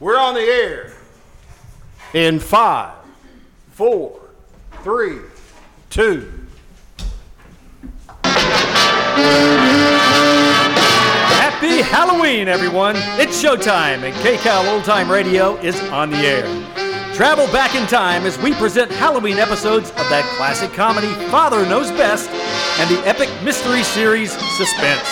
We're on the air in five, four, three, two. Happy Halloween, everyone! It's showtime, and KCAL Old Time Radio is on the air. Travel back in time as we present Halloween episodes of that classic comedy Father Knows Best and the epic mystery series Suspense.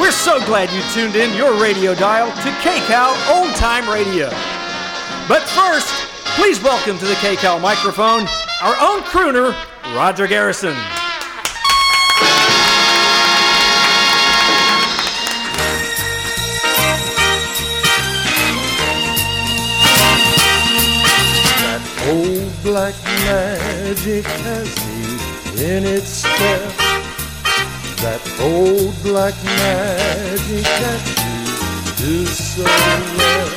We're so glad you tuned in your radio dial to KCAL Old Time Radio. But first, please welcome to the KCAL microphone our own crooner, Roger Garrison. Old black magic has you in its spell. That old black magic that you do so well.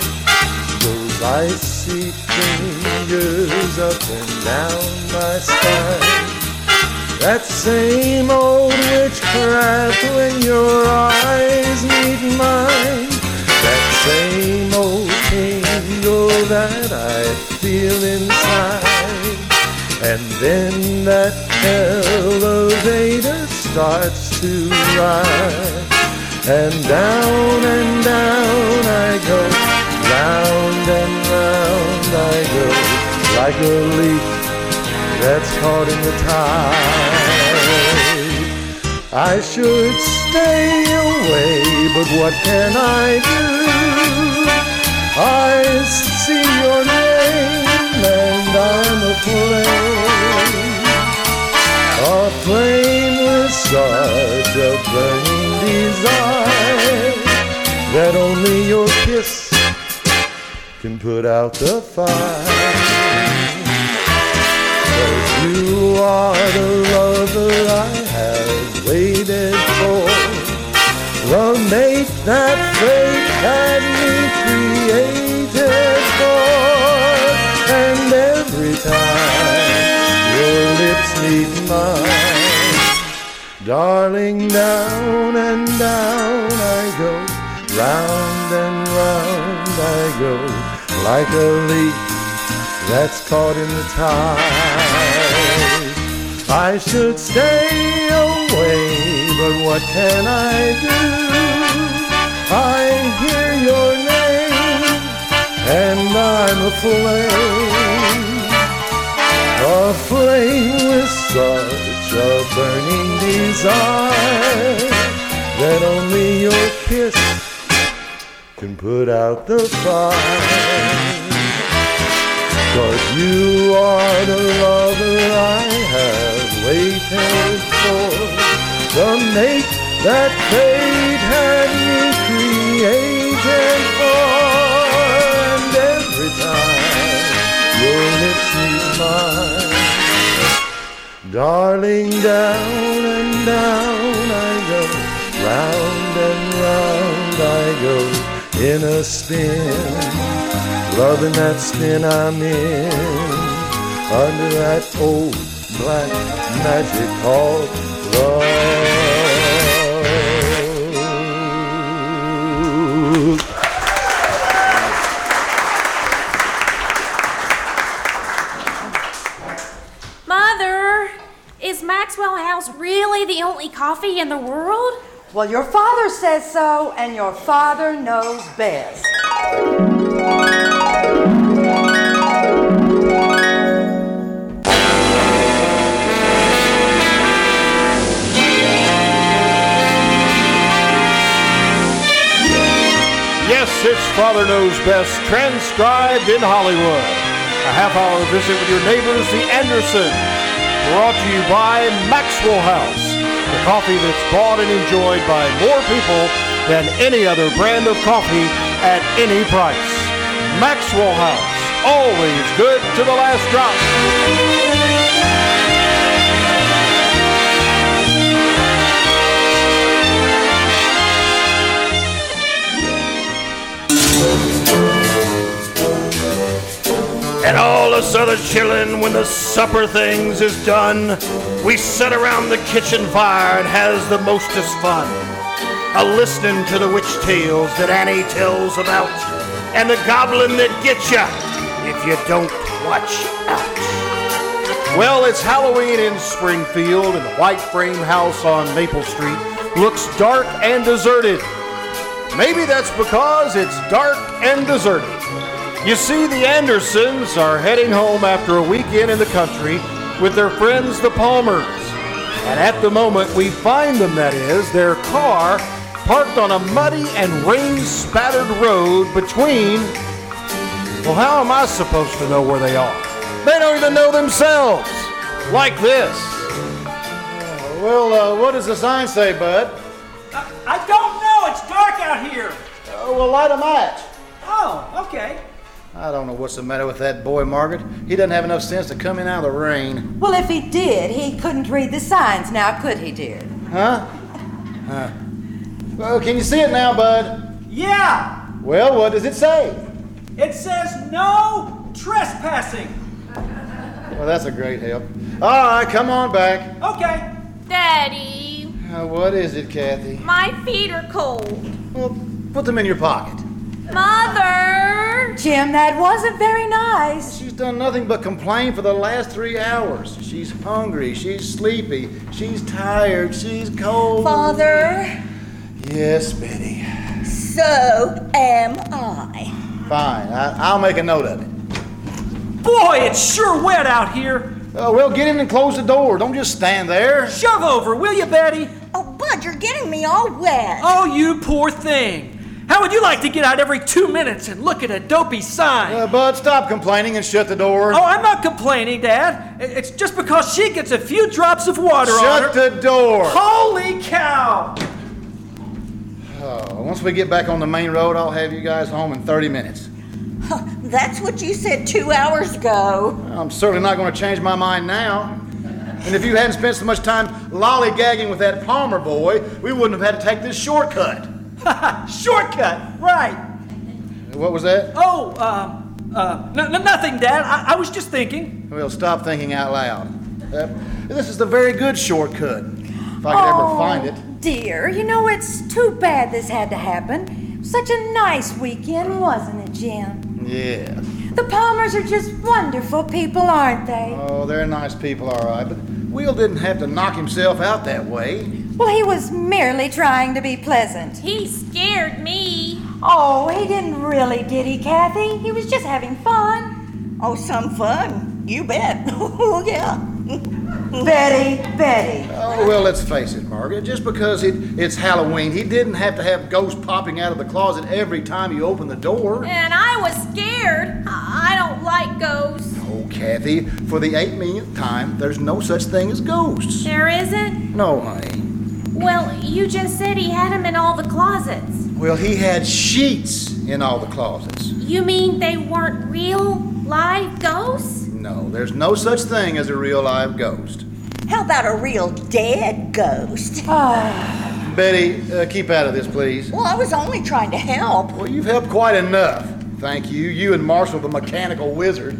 Those icy fingers up and down my spine. That same old witchcraft when your eyes meet mine. That same old tingle that I feel inside. And then that elevator starts to ride. And down and down I go, round and round I go, like a leaf that's caught in the tide. I should stay away, but what can I do? I see your name and I'm afraid. Aflame with such a burning desire that only your kiss can put out the fire. Cause you are the lover I have waited for. The mate that fate had me created for. And every time your lips meet mine. Darling, down and down I go, round and round I go, like a leaf that's caught in the tide. I should stay away, but what can I do? I hear your name, and I'm aflame. Aflame with such a burning desire that only your kiss can put out the fire. Cause you are the lover I have waited for. The mate that fate had me created for. And every time your lips meet mine, darling, down and down I go, round and round I go, in a spin. Loving that spin I'm in Under that old black magic called love Mother, is Maxwell House really the only coffee in the world? Well, your father says so, and your father knows best. Yes, it's Father Knows Best, transcribed in Hollywood. A half hour visit with your neighbors, the Andersons. Brought to you by Maxwell House, the coffee that's bought and enjoyed by more people than any other brand of coffee at any price. Maxwell House, always good to the last drop. And all us other chillin' when the supper things is done, we sit around the kitchen fire and has the mostest fun. A listening to the witch tales that Annie tells about and the goblin that gets you if you don't watch out. Well, it's Halloween in Springfield, and the white frame house on Maple Street looks dark and deserted. Maybe that's because it's dark and deserted. You see, the Andersons are heading home after a weekend in the country with their friends, the Palmers. And at the moment we find them, that is, their car parked on a muddy and rain spattered road between. Well, how am I supposed to know where they are? They don't even know themselves! Like this. Well, uh, what does the sign say, bud? I don't know. It's dark out here. Oh, well, light a match. Oh, okay. I don't know what's the matter with that boy, Margaret. He doesn't have enough sense to come in out of the rain. Well, if he did, he couldn't read the signs now, could he, dear? Huh? Huh. Well, can you see it now, bud? Yeah, Well, what does it say? it says no trespassing. Well, that's a great help. All right, come on back. Okay. Daddy, Uh, what is it, Kathy? my feet are cold. Well, put them in your pocket. Mother! Jim, that wasn't very nice. She's done nothing but complain for the last three hours. She's hungry. She's sleepy. She's tired. She's cold. Father, Yes, Betty. so am I. Fine. I, I'll make a note of it. Boy, it's sure wet out here. Oh, well, get in and close the door. Don't just stand there. Shove over, will you, Betty? Oh, Bud, you're getting me all wet. Oh, you poor thing. How would you like to get out every two minutes and look at a dopey sign? Uh, Bud, stop complaining and shut the door. Oh, I'm not complaining, Dad. I- It's just because she gets a few drops of water on shut her. the door. Holy cow! Oh, once we get back on the main road, I'll have you guys home in 30 minutes. That's what you said two hours ago. I'm certainly not going to change my mind now. And if you hadn't spent so much time lollygagging with that Palmer boy, we wouldn't have had to take this shortcut. Shortcut, right? What was that? Oh, um, uh, no, no, nothing, Dad. I, I was just thinking. Well, stop thinking out loud. Uh, this is a very good shortcut. If I could ever find it. Oh, Dear, you know, it's too bad this had to happen. Such a nice weekend, wasn't it, Jim? Yeah. The Palmers are just wonderful people, aren't they? Oh, they're nice people, all right. But Will didn't have to knock himself out that way. Well, he was merely trying to be pleasant. He scared me. Oh, he didn't really, did he, Kathy? He was just having fun. Oh, some fun. You bet. oh, yeah. Betty, Betty. Oh, well, let's face it, Margaret. Just because it, it's Halloween, he didn't have to have ghosts popping out of the closet every time you open the door. And I was scared. I I don't like ghosts. Oh, Kathy, for the eight millionth time, there's no such thing as ghosts. There isn't? No, honey. Well, you just said he had them in all the closets. Well, he had sheets in all the closets. You mean they weren't real, live ghosts? No, there's no such thing as a real live ghost. How about a real dead ghost? Uh. Betty, uh, keep out of this, please. Well, I was only trying to help. Well, you've helped quite enough. Thank you. You and Marshall, the mechanical wizard.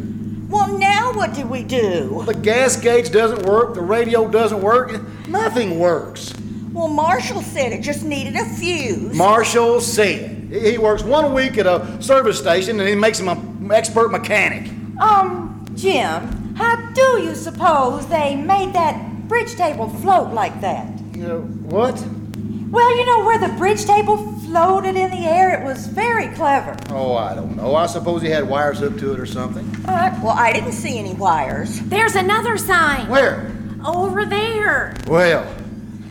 Well, now what do we do? The gas gauge doesn't work, the radio doesn't work, nothing works. Well, Marshall said it just needed a fuse. Marshall said he he works one week at a service station and he makes him an expert mechanic. Um, Jim, how do you suppose they made that bridge table float like that? You know, what? Well, you know where the bridge table floated in the air? It was very clever. Oh, I don't know. I suppose he had wires hooked to it or something. Uh, well, I didn't see any wires. There's another sign. Where? Over there. Well,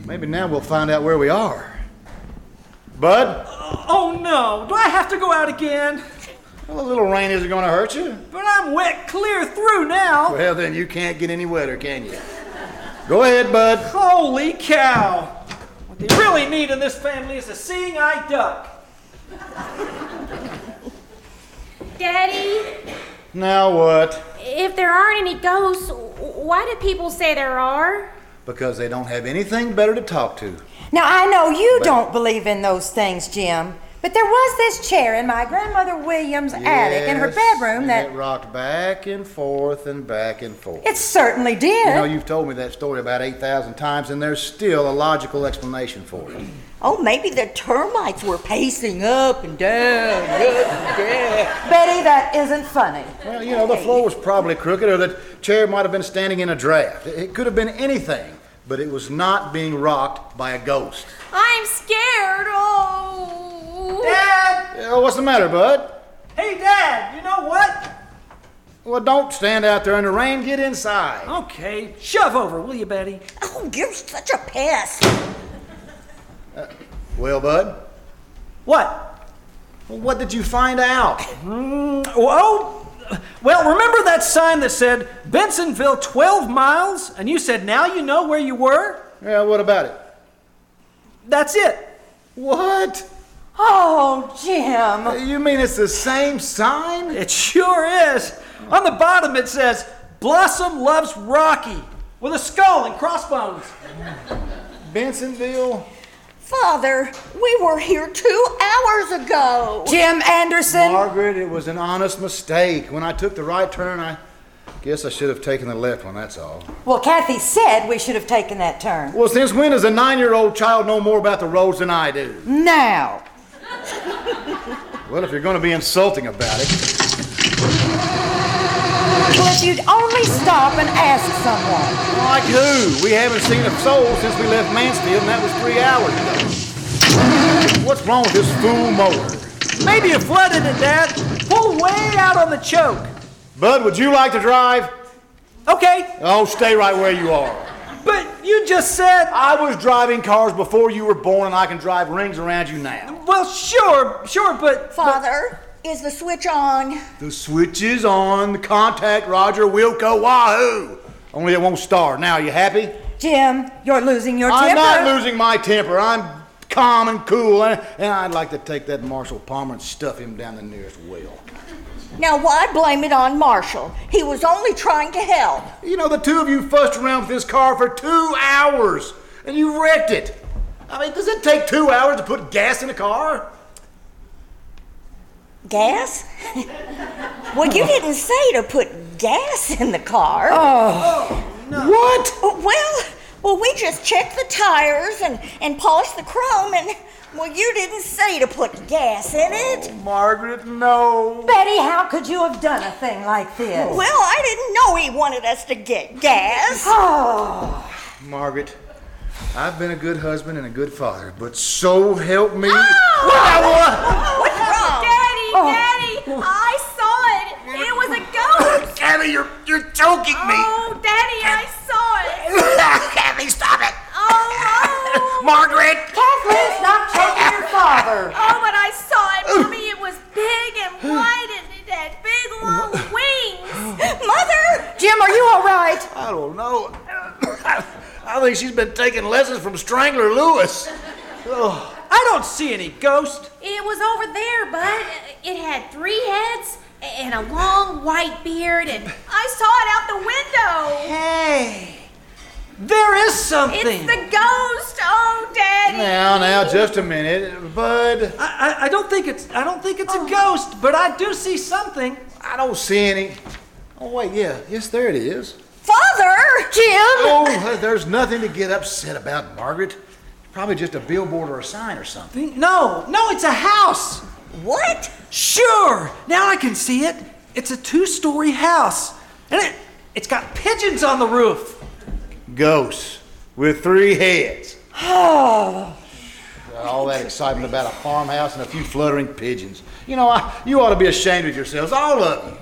maybe now we'll find out where we are. Bud, Oh no! Do I have to go out again? well, a little rain isn't going to hurt you. But I'm wet clear through now. Well, then you can't get any wetter, can you? Go ahead, Bud. Holy cow! What they really need in this family is a seeing eye duck. Daddy, Now what? if there aren't any ghosts, why do people say there are? Because they don't have anything better to talk to. Now, I know you don't believe in those things, Jim, But there was this chair in my grandmother Williams' attic in her Yes, bedroom and that it rocked back and forth and back and forth. it certainly did. You know, you've told me that story about 8,000 times, and there's still a logical explanation for it. Oh, maybe the termites were pacing up and down, up and down. Betty, that isn't funny. Well, you know, the floor was probably crooked, or the chair might have been standing in a draft. It- It could have been anything, but it was not being rocked by a ghost. I'm scared. Oh. Dad! Yeah, what's the matter, bud? Hey, Dad, you know what? Well, don't stand out there in the rain. Get inside. Okay, shove over, will you, Betty? Oh, you're such a pest. Well, bud, What? well, what did you find out? Oh, well, remember that sign that said Bensonville 12 miles? And you said, now you know where you were? Yeah, what about it? That's it. What? Oh, Jim. You mean it's the same sign? It sure is. On the bottom it says, Blossom loves Rocky, with a skull and crossbones. Bensonville? Father, we were here two hours ago. Jim Anderson. Margaret, it was an honest mistake. When I took the right turn, I guess I should have taken the left one, that's all. Well, Kathy said we should have taken that turn. Well, since when does a nine year old child know more about the roads than I do? Now. Well, if you're going to be insulting about it. Well, if you'd only stop and ask someone. Like who? We haven't seen a soul since we left Mansfield, and that was three hours ago. What's wrong with this fool mower? Maybe you flooded it, Dad. Pull way out on the choke. Bud, would you like to drive? Okay, Oh, stay right where you are. but you just said, I was driving cars before you were born, and I can drive rings around you now. well, sure, sure, but. Father, is the switch on? The switch is on. Contact Roger Wilco Wahoo. Only it won't start. Now, you happy? um, Jim, you're losing your I'm temper. not losing my temper. I'm calm and cool, and, and I'd like to take that Marshall Palmer and stuff him down the nearest well. Now, why blame it on Marshall? He was only trying to help. You know, the two of you fussed around with this car for two hours, and you wrecked it. I mean, does it take two hours to put gas in a car? Gas? well, you didn't say to put gas in the car. Oh, What? Well, well, we just checked the tires and, and polished the chrome, and well, you didn't say to put gas in it. Margaret, no. Betty, how could you have done a thing like this? Well, I didn't know he wanted us to get gas. Oh. Margaret, I've been a good husband and a good father, but so help me. What's wrong? Oh, Oh. Daddy, Daddy, I saw it. It was a ghost. Abby, you're you're choking Oh, Daddy, I saw it. Abby, stop it! Oh, oh, Margaret! Kathleen, stop choking your father. oh, but I saw it, Mommy. It was big and white and it had big long wings. Mother! Jim, are you all right? I don't know. I think she's been taking lessons from Strangler Lewis. Oh, I don't see any ghost. It was over there, bud. It had three heads and a long white beard, and I saw it out the window. Hey, there is It's something. the ghost. Oh, Daddy. Now, now, just a minute. Bud, I, I, I don't think it's I don't think it's Oh. a ghost, but I do see something. I don't see any. Oh, wait, yeah. Yes, there it is. Father! Jim! Oh, there's nothing to get upset about, Margaret. Probably just a billboard or a sign or something. No, no, it's a house. What? Sure, now I can see it. It's a two-story house, and it it's got pigeons on the roof. Ghosts with three heads. All that excitement about a farmhouse and a few fluttering pigeons. You know, I, you ought to be ashamed of yourselves, all of you.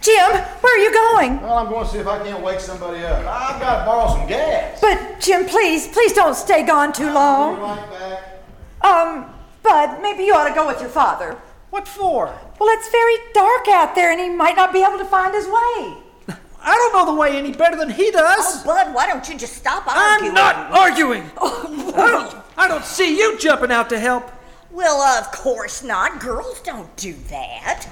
Jim, where are you going? Well, I'm going to see if I can't wake somebody up. I've got to borrow some gas. But, Jim, please, please don't stay gone too Be long. right back. Um, Bud, maybe you ought to go with your father. What for? Well, it's very dark out there, and he might not be able to find his way. I don't know the way any better than he Oh, does. Bud, why don't you just stop arguing? I'm not arguing. I don't, I don't see you jumping out to help. Well, of course not. Girls don't do that.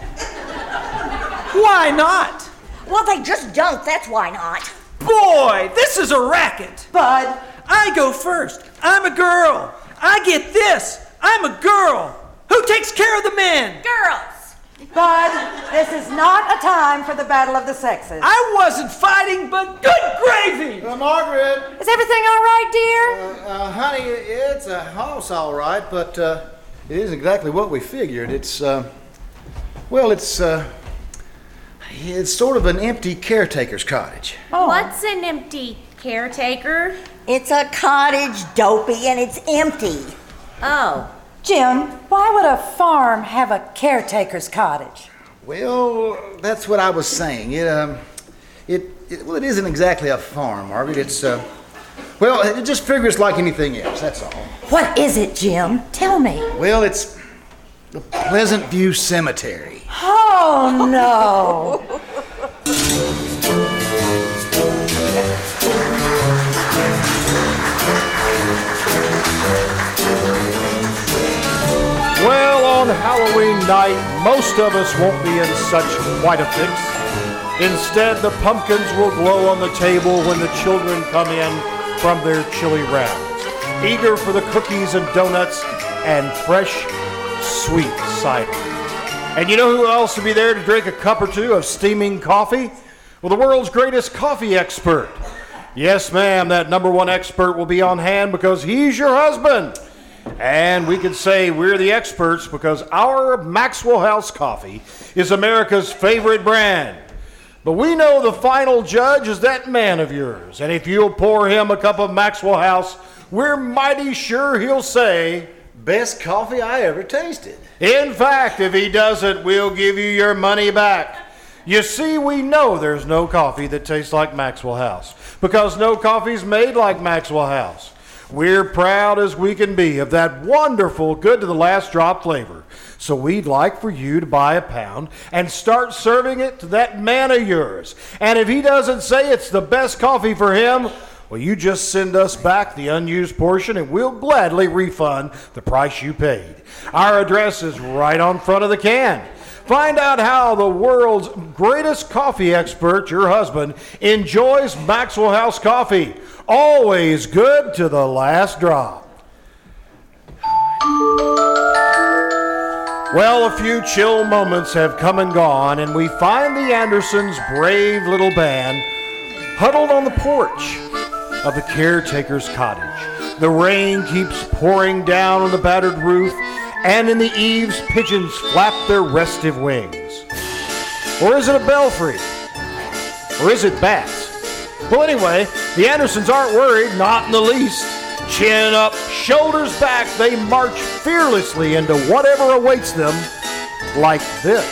Why not? Well, they just don't. That's why not. Boy, this is a racket. Bud, I go first. I'm a girl. I get this. I'm a girl. Who takes care of the men? Girls! Bud, this is not a time for the battle of the sexes. I wasn't fighting, but good gravy! Uh, Margaret, is everything all right, uh, dear? uh, honey, it's a house all right, but uh, it isn't exactly what we figured. It's, uh, well, it's, uh, it's sort of an empty caretaker's cottage. What's an empty caretaker? It's a cottage, dopey, and it's empty. Oh. Jim, why would a farm have a caretaker's cottage? Well, that's what I was saying. It, um, it, it well, it isn't exactly a farm, Margaret. It's, uh, well, it just figures like anything else. That's all. What is it, Jim? Tell me. Well, it's the Pleasant View Cemetery. Oh, no. Well, on Halloween night, most of us won't be in such quite a fix. Instead, the pumpkins will glow on the table when the children come in from their chilly rounds, eager for the cookies and donuts and fresh, sweet cider. And you know who else will be there to drink a cup or two of steaming coffee? Well, the world's greatest coffee expert. Yes, ma'am, that number one expert will be on hand because he's your husband. And we can say we're the experts because our Maxwell House coffee is America's favorite brand. But we know the final judge is that man of yours. And if you'll pour him a cup of Maxwell House, we're mighty sure he'll say, Best coffee I ever tasted. in fact, if he doesn't, we'll give you your money back. You see, we know there's no coffee that tastes like Maxwell House because no coffee's made like Maxwell House. We're proud as we can be of that wonderful, good to the last drop flavor. So we'd like for you to buy a pound and start serving it to that man of yours. And if he doesn't say it's the best coffee for him, well, you just send us back the unused portion and we'll gladly refund the price you paid. Our address is right on front of the can. Find out how the world's greatest coffee expert, your husband, enjoys Maxwell House coffee. Always good to the last drop. Well, a few chill moments have come and gone, and we find the Andersons' brave little band huddled on the porch of the caretaker's cottage. The rain keeps pouring down on the battered roof, and in the eaves, pigeons flap their restive wings. Or is it a belfry? Or is it bats? Well, anyway, the Andersons aren't worried, not in the least. Chin up, shoulders back, they march fearlessly into whatever awaits them, like this.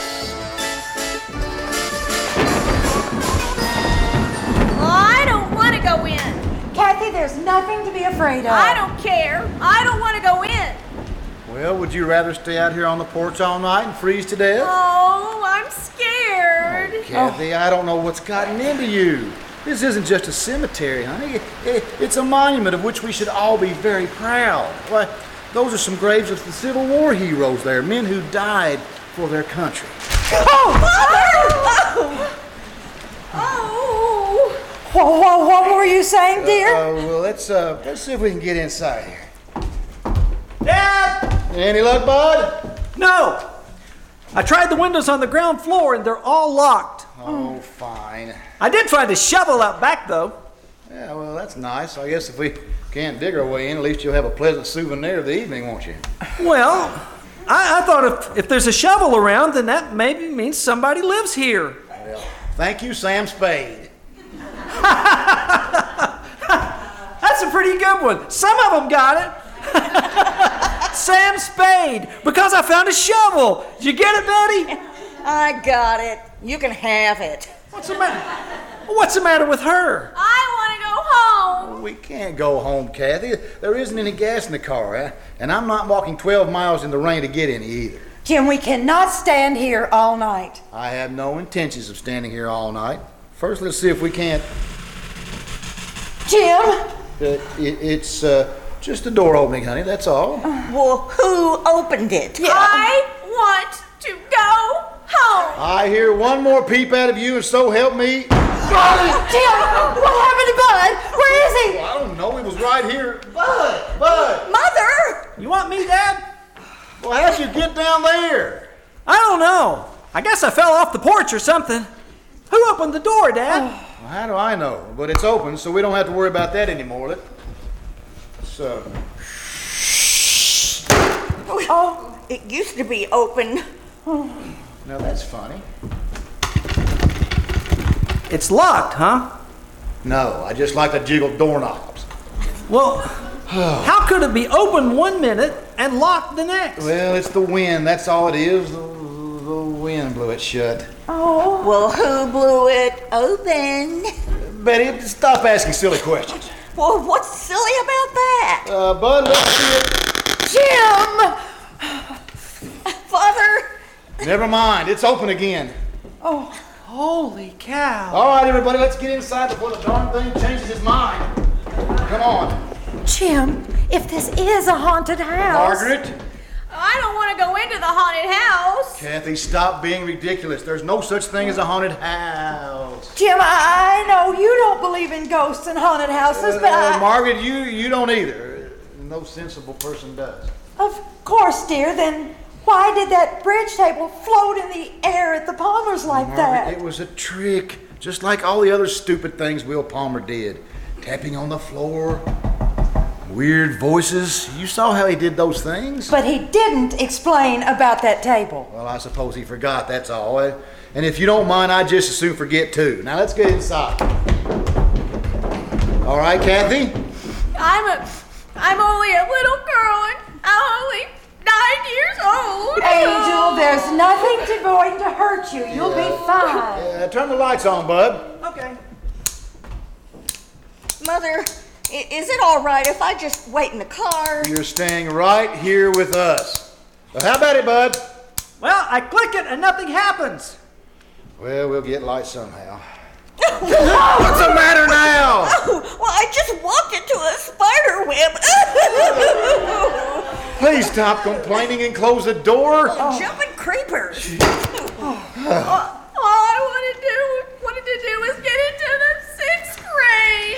I don't want to go in. Kathy, there's nothing to be afraid of. I don't care. I don't want to go in. Well, would you rather stay out here on the porch all night and freeze to death? Oh, I'm scared. Kathy, I don't know what's gotten into you. This isn't just a cemetery, honey. It- it- it's a monument of which we should all be very proud. Why, those are some graves of the Civil War heroes there, men who died for their country. Oh. Whoa, whoa, Oh! what were you saying, dear? Uh, well, let's, uh, let's see if we can get inside here. Dad! Any luck, bud? No! I tried the windows on the ground floor and they're all locked. Oh, fine. I did find a shovel out back though. Yeah, well, that's nice. I guess if we can't dig our way in, at least you'll have a pleasant souvenir of the evening, won't you? Well, I, I thought if, if there's a shovel around, then that maybe means somebody lives here. Thank you, Sam Spade. That's a pretty good one. Some of them got it. Sam Spade, because I found a shovel. Did you get it, Betty? I got it. You can have it. What's the matter? What's the matter with her? I want to go home. We can't go home, Kathy. There isn't any gas in the car, eh? and I'm not walking 12 miles in the rain to get any either. Jim, we cannot stand here all night. I have no intentions of standing here all night. First, let's see if we can't. Jim, Uh, it, it's uh, just a door opening, honey. That's all. Well, who opened it? I want to go home. I hear one more peep out of you, and so help me. Jim, what happened to Bud? Where is he? I don't know. It was right here. Bud, Bud. Mother! You want me, Dad? Well, how'd you get down there? I don't know. I guess I fell off the porch or something. Who opened the door, Dad? Well, how do I know? But it's open, so we don't have to worry about that anymore. Let- So, Oh, it used to be open. now that's funny. It's locked, huh? No, I just like to jiggle doorknobs. Well, how could it be open one minute and locked the next? Well, it's the wind. That's all it is. The, the wind blew it shut. Oh. Well, who blew it open? Betty, stop asking silly questions. Well, what's silly about that? Uh, Bud, let's see it. Jim! Father, Never mind. It's open again. Oh, Holy cow. All right, everybody, let's get inside before the darn thing changes his mind. Come on, Jim, if this is a haunted house. Margaret. I don't want to go into the haunted house. Kathy, stop being ridiculous. There's no such thing as a haunted house. Jim, I, I know you don't believe in ghosts and haunted houses, but Uh, I, Margaret, you you don't either. No sensible person does. of course, dear. Then why did that bridge table float in the air at the Palmers like Margaret, that? it was a trick, just like all the other stupid things Will Palmer did. Tapping on the floor, weird voices. You saw how he did those things. But he didn't explain about that table. Well, I suppose he forgot, that's all. Eh? And if you don't mind, I'd just as soon forget too. Now let's get inside. All right, Kathy? I'm a, I'm only a little girl and I'm only nine years old. Angel, there's nothing to going to hurt you. You'll be fine. Uh, turn the lights on, bud. Okay. Mother, i- is it all right if I just wait in the car? You're staying right here with us. Well, how about it, bud? Well, I click it and nothing happens. Well, we'll get lights somehow. What's the matter now? Oh, well, I just walked into a spider web. Please stop complaining and close the door. Oh. Jumping creepers. All I wanted to do, wanted to do was get into the sixth grade.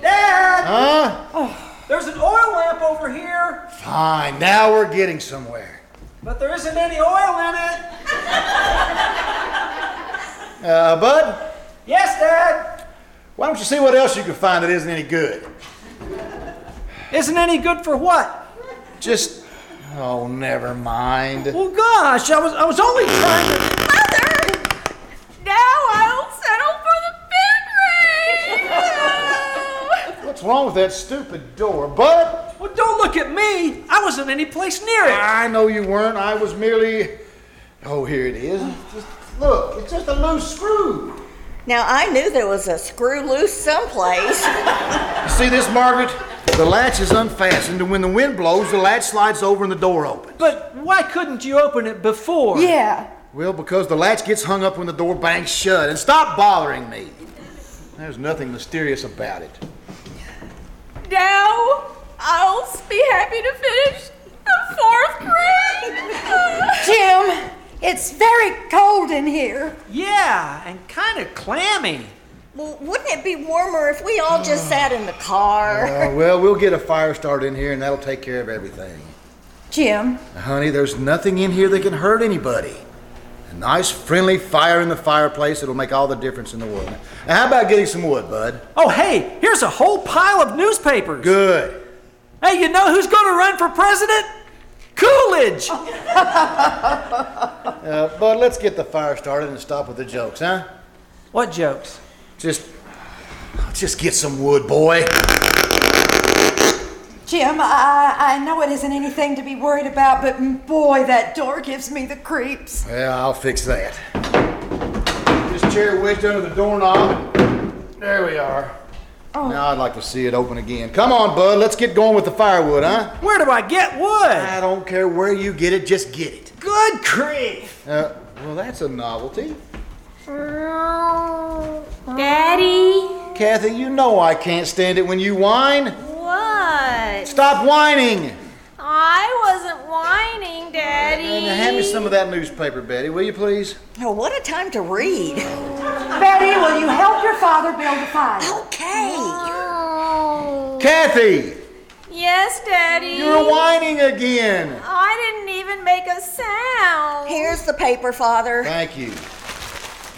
Dad, Huh? there's an oil lamp over here, Fine, now we're getting somewhere. but there isn't any oil in it. Uh, bud, Yes, Dad. why don't you see what else you can find that isn't any good? Isn't any good for what? Just. Oh, never mind. Well, gosh, I was I was only trying to. Mother, now I'll settle for the fifth grade. What's wrong with that stupid door, bud? Well, don't look at me. I wasn't any place near it. I know you weren't. I was merely. Oh, here it is. Just look, it's just a loose screw. Now, I knew there was a screw loose someplace. See this, Margaret? The latch is unfastened, and when the wind blows, the latch slides over and the door opens. But why couldn't you open it before? Yeah. Well, because the latch gets hung up when the door bangs shut. And stop bothering me. There's nothing mysterious about it. Now I'll be happy to finish the fourth grade. Jim, it's very cold in here. Yeah, and kind of clammy. well, wouldn't it be warmer if we all just sat in the car? Uh, well, we'll get a fire started in here, and that'll take care of everything. Jim, Honey, there's nothing in here that can hurt anybody. A nice, friendly fire in the fireplace, it'll make all the difference in the world. Now, how about getting some wood, bud? Oh, hey, here's a whole pile of newspapers. Good. Hey, you know who's going to run for president? Coolidge. Uh, bud, let's get the fire started and stop with the jokes, huh? What jokes? Just. Just get some wood, boy. Jim, I, I know it isn't anything to be worried about, but boy, that door gives me the creeps. Yeah, I'll fix that. This chair wedged under the doorknob. There we are. Now I'd like to see it open again. Come on, bud. Let's get going with the firewood, huh? Where do I get wood? I don't care where you get it, just get it. Good grief. Uh, well, that's a novelty. Daddy, Kathy, you know I can't stand it when you whine. what? Stop whining. I wasn't whining, And Daddy. hand me some of that newspaper, Betty, will you please? Oh, what a time to read. Betty, will you help your father build a fire? Okay. Oh. Kathy! Yes, Daddy. You're whining again. I didn't even make a sound. Here's the paper, Father. Thank you.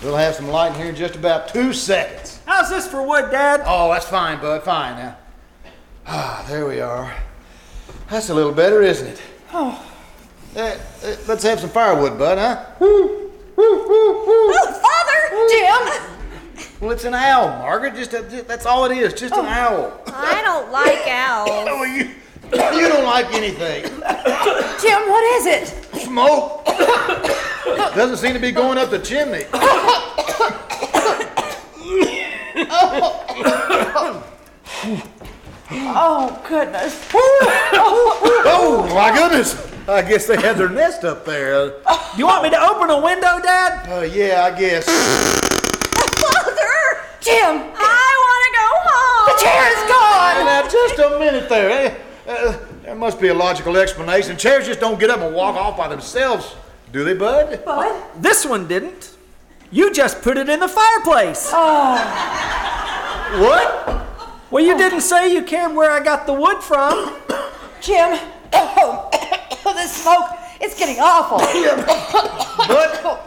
We'll have some light in here in just about two seconds. How's this for wood, Dad? Oh, that's fine, bud. Fine. Now, ah, there we are. That's a little better, isn't it? Oh. let's have some firewood, bud, huh? Woo, woo, woo, woo. Oh, Father! Jim! Well, it's an owl, Margaret. Just a, ju- that's all it is. Just an owl. I don't like owls. Oh, you, you don't like anything. Jim, what is it? Smoke doesn't seem to be going up the chimney. Oh, goodness. Oh my goodness! I guess they had their nest up there. You want me to open a window, Dad? Uh, yeah, I guess. Father! Jim, I want to go home. the chair is Now, just a gone! minute there. eh? Uh, there must be a logical explanation. Chairs just don't get up and walk off by themselves, do they, Bud? Bud? This one didn't. You just put it in the fireplace. What? Well, you didn't say you cared where I got the wood from. Jim, oh, the smoke, it's getting awful. Oh Bud,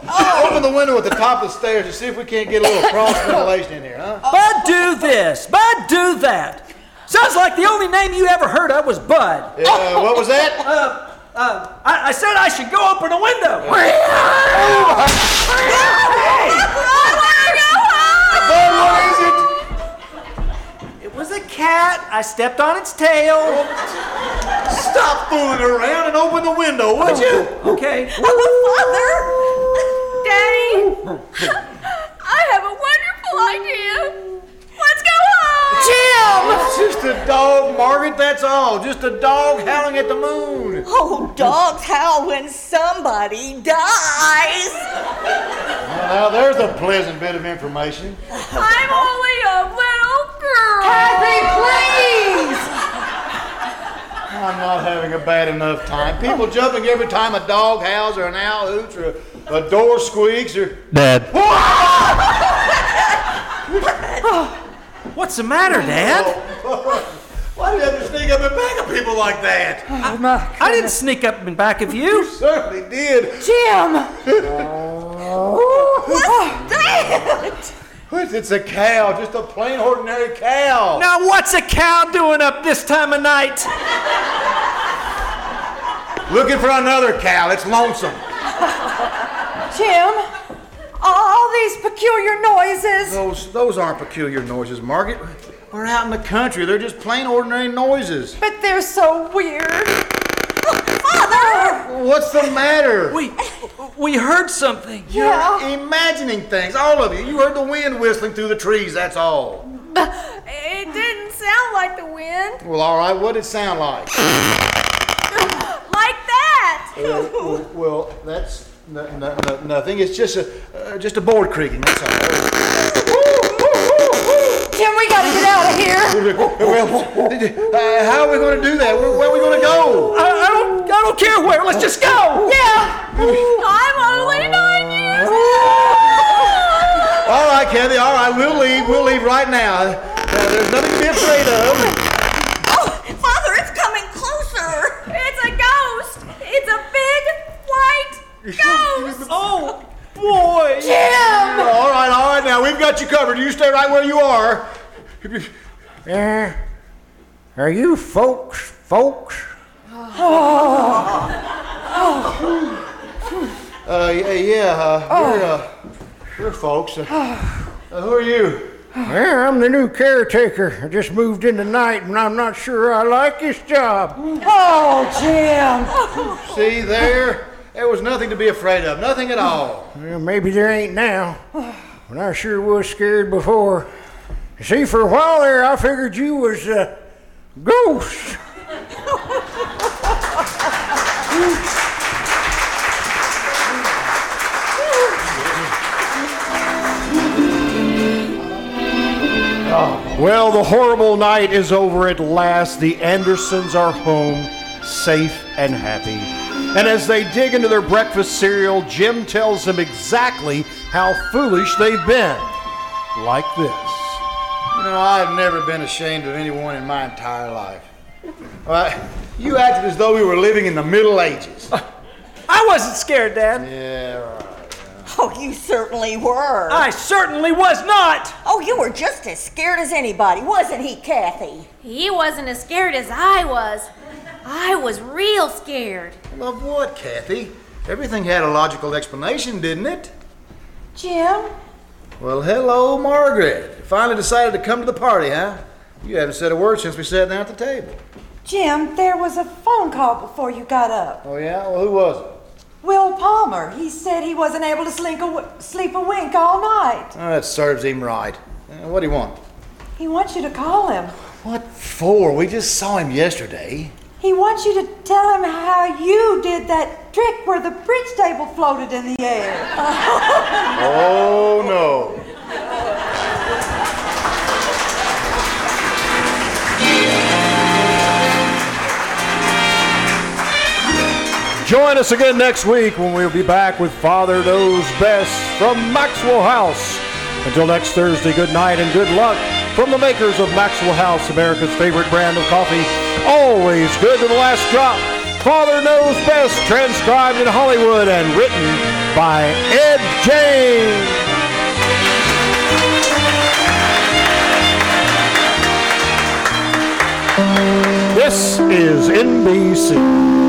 open the window at the top of the stairs and see if we can't get a little cross ventilation in here, huh? Bud do this. Bud do that. Sounds like the only name you ever heard of was Bud. Uh, what was that? Uh, I, I said I should go open a window. Bud, It was a cat. I stepped on its tail. what is it? Stop fooling around and open the window, would you? Okay. Daddy, Oh, I have a wonderful idea. Let's go home. It's just a dog, Margaret, that's all. Just a dog howling at the moon. Oh, dogs howl when somebody dies. Now, there's a pleasant bit of information. I'm only a little girl. I'm not having a bad enough time. People jumping every time a dog howls or an owl hoots or a, a door squeaks or. Dad. What's the matter, Dad? Why do you have to sneak up and back of people like that? I, I didn't sneak up in back of you. Certainly did. Jim! What, It's a cow, just a plain ordinary cow. Now, what's a cow doing up this time of night? Looking for another cow. It's lonesome. Jim, all these peculiar noises. Those those aren't peculiar noises, Margaret. We're out in the country. They're just plain ordinary noises. But they're so weird. Oh, Father! What's the matter? We, we heard something. Yeah. You're imagining things, all of you. You heard the wind whistling through the trees. That's all. It didn't sound like the wind. Well, all right. What did it sound like? Like that. well, well, that's no, no, no, nothing. It's just a uh, just a board creaking. That's all. Jim, we gotta get out of here. well, did you- uh, how are we going to do that? Where, where are we going to go? I, I don't I don't care where. Let's just go. Yeah. I'm only nine years All right, Kathy. All right, we'll leave. We'll leave right now. Uh, there's nothing to be afraid of. Oh, Father, it's coming closer. It's a ghost. It's a big white ghost. Oh boy. All right, all right. Now we've got you covered. You stay right where you are. Eh, Are you folks, folks? Uh, yeah, yeah. Uh, We're, uh, we're folks. Uh, uh, who are you? Yeah, I'm the new caretaker. I just moved in tonight, and I'm not sure I like this job. Oh, Jim. See there? There was nothing to be afraid of. Nothing at all. Well, maybe there ain't now, but I sure was scared before. You see, for a while there, I figured you was a ghost. Well, the horrible night is over at last. The Andersons are home, safe and happy. And as they dig into their breakfast cereal, Jim tells them exactly how foolish they've been. Like this. You know, I've never been ashamed of anyone in my entire life. All right. You acted as though we were living in the Middle Ages. I wasn't scared, Dad. Yeah, right. Oh, you certainly were. I certainly was not. oh, you were just as scared as anybody, wasn't he, Kathy? He wasn't as scared as I was. I was real scared. Well, Of what, Kathy? Everything had a logical explanation, didn't it? Jim, Well, hello, Margaret. You Finally decided to come to the party, huh? You haven't said a word since we sat down at the table. Jim, there was a phone call before you got up. Oh, yeah? Well, who was it? Will Palmer, he said he wasn't able to slink a w- sleep a wink all night. Oh, that serves him right. Uh, what do you want? He wants you to call him. What for? We just saw him yesterday. He wants you to tell him how you did that trick where the bridge table floated in the air. Oh, no. Join us again next week when we'll be back with Father Knows Best from Maxwell House. Until next Thursday, good night and good luck from the makers of Maxwell House, America's favorite brand of coffee. Always good to the last drop. Father Knows Best, transcribed in Hollywood and written by Ed James. This is NBC.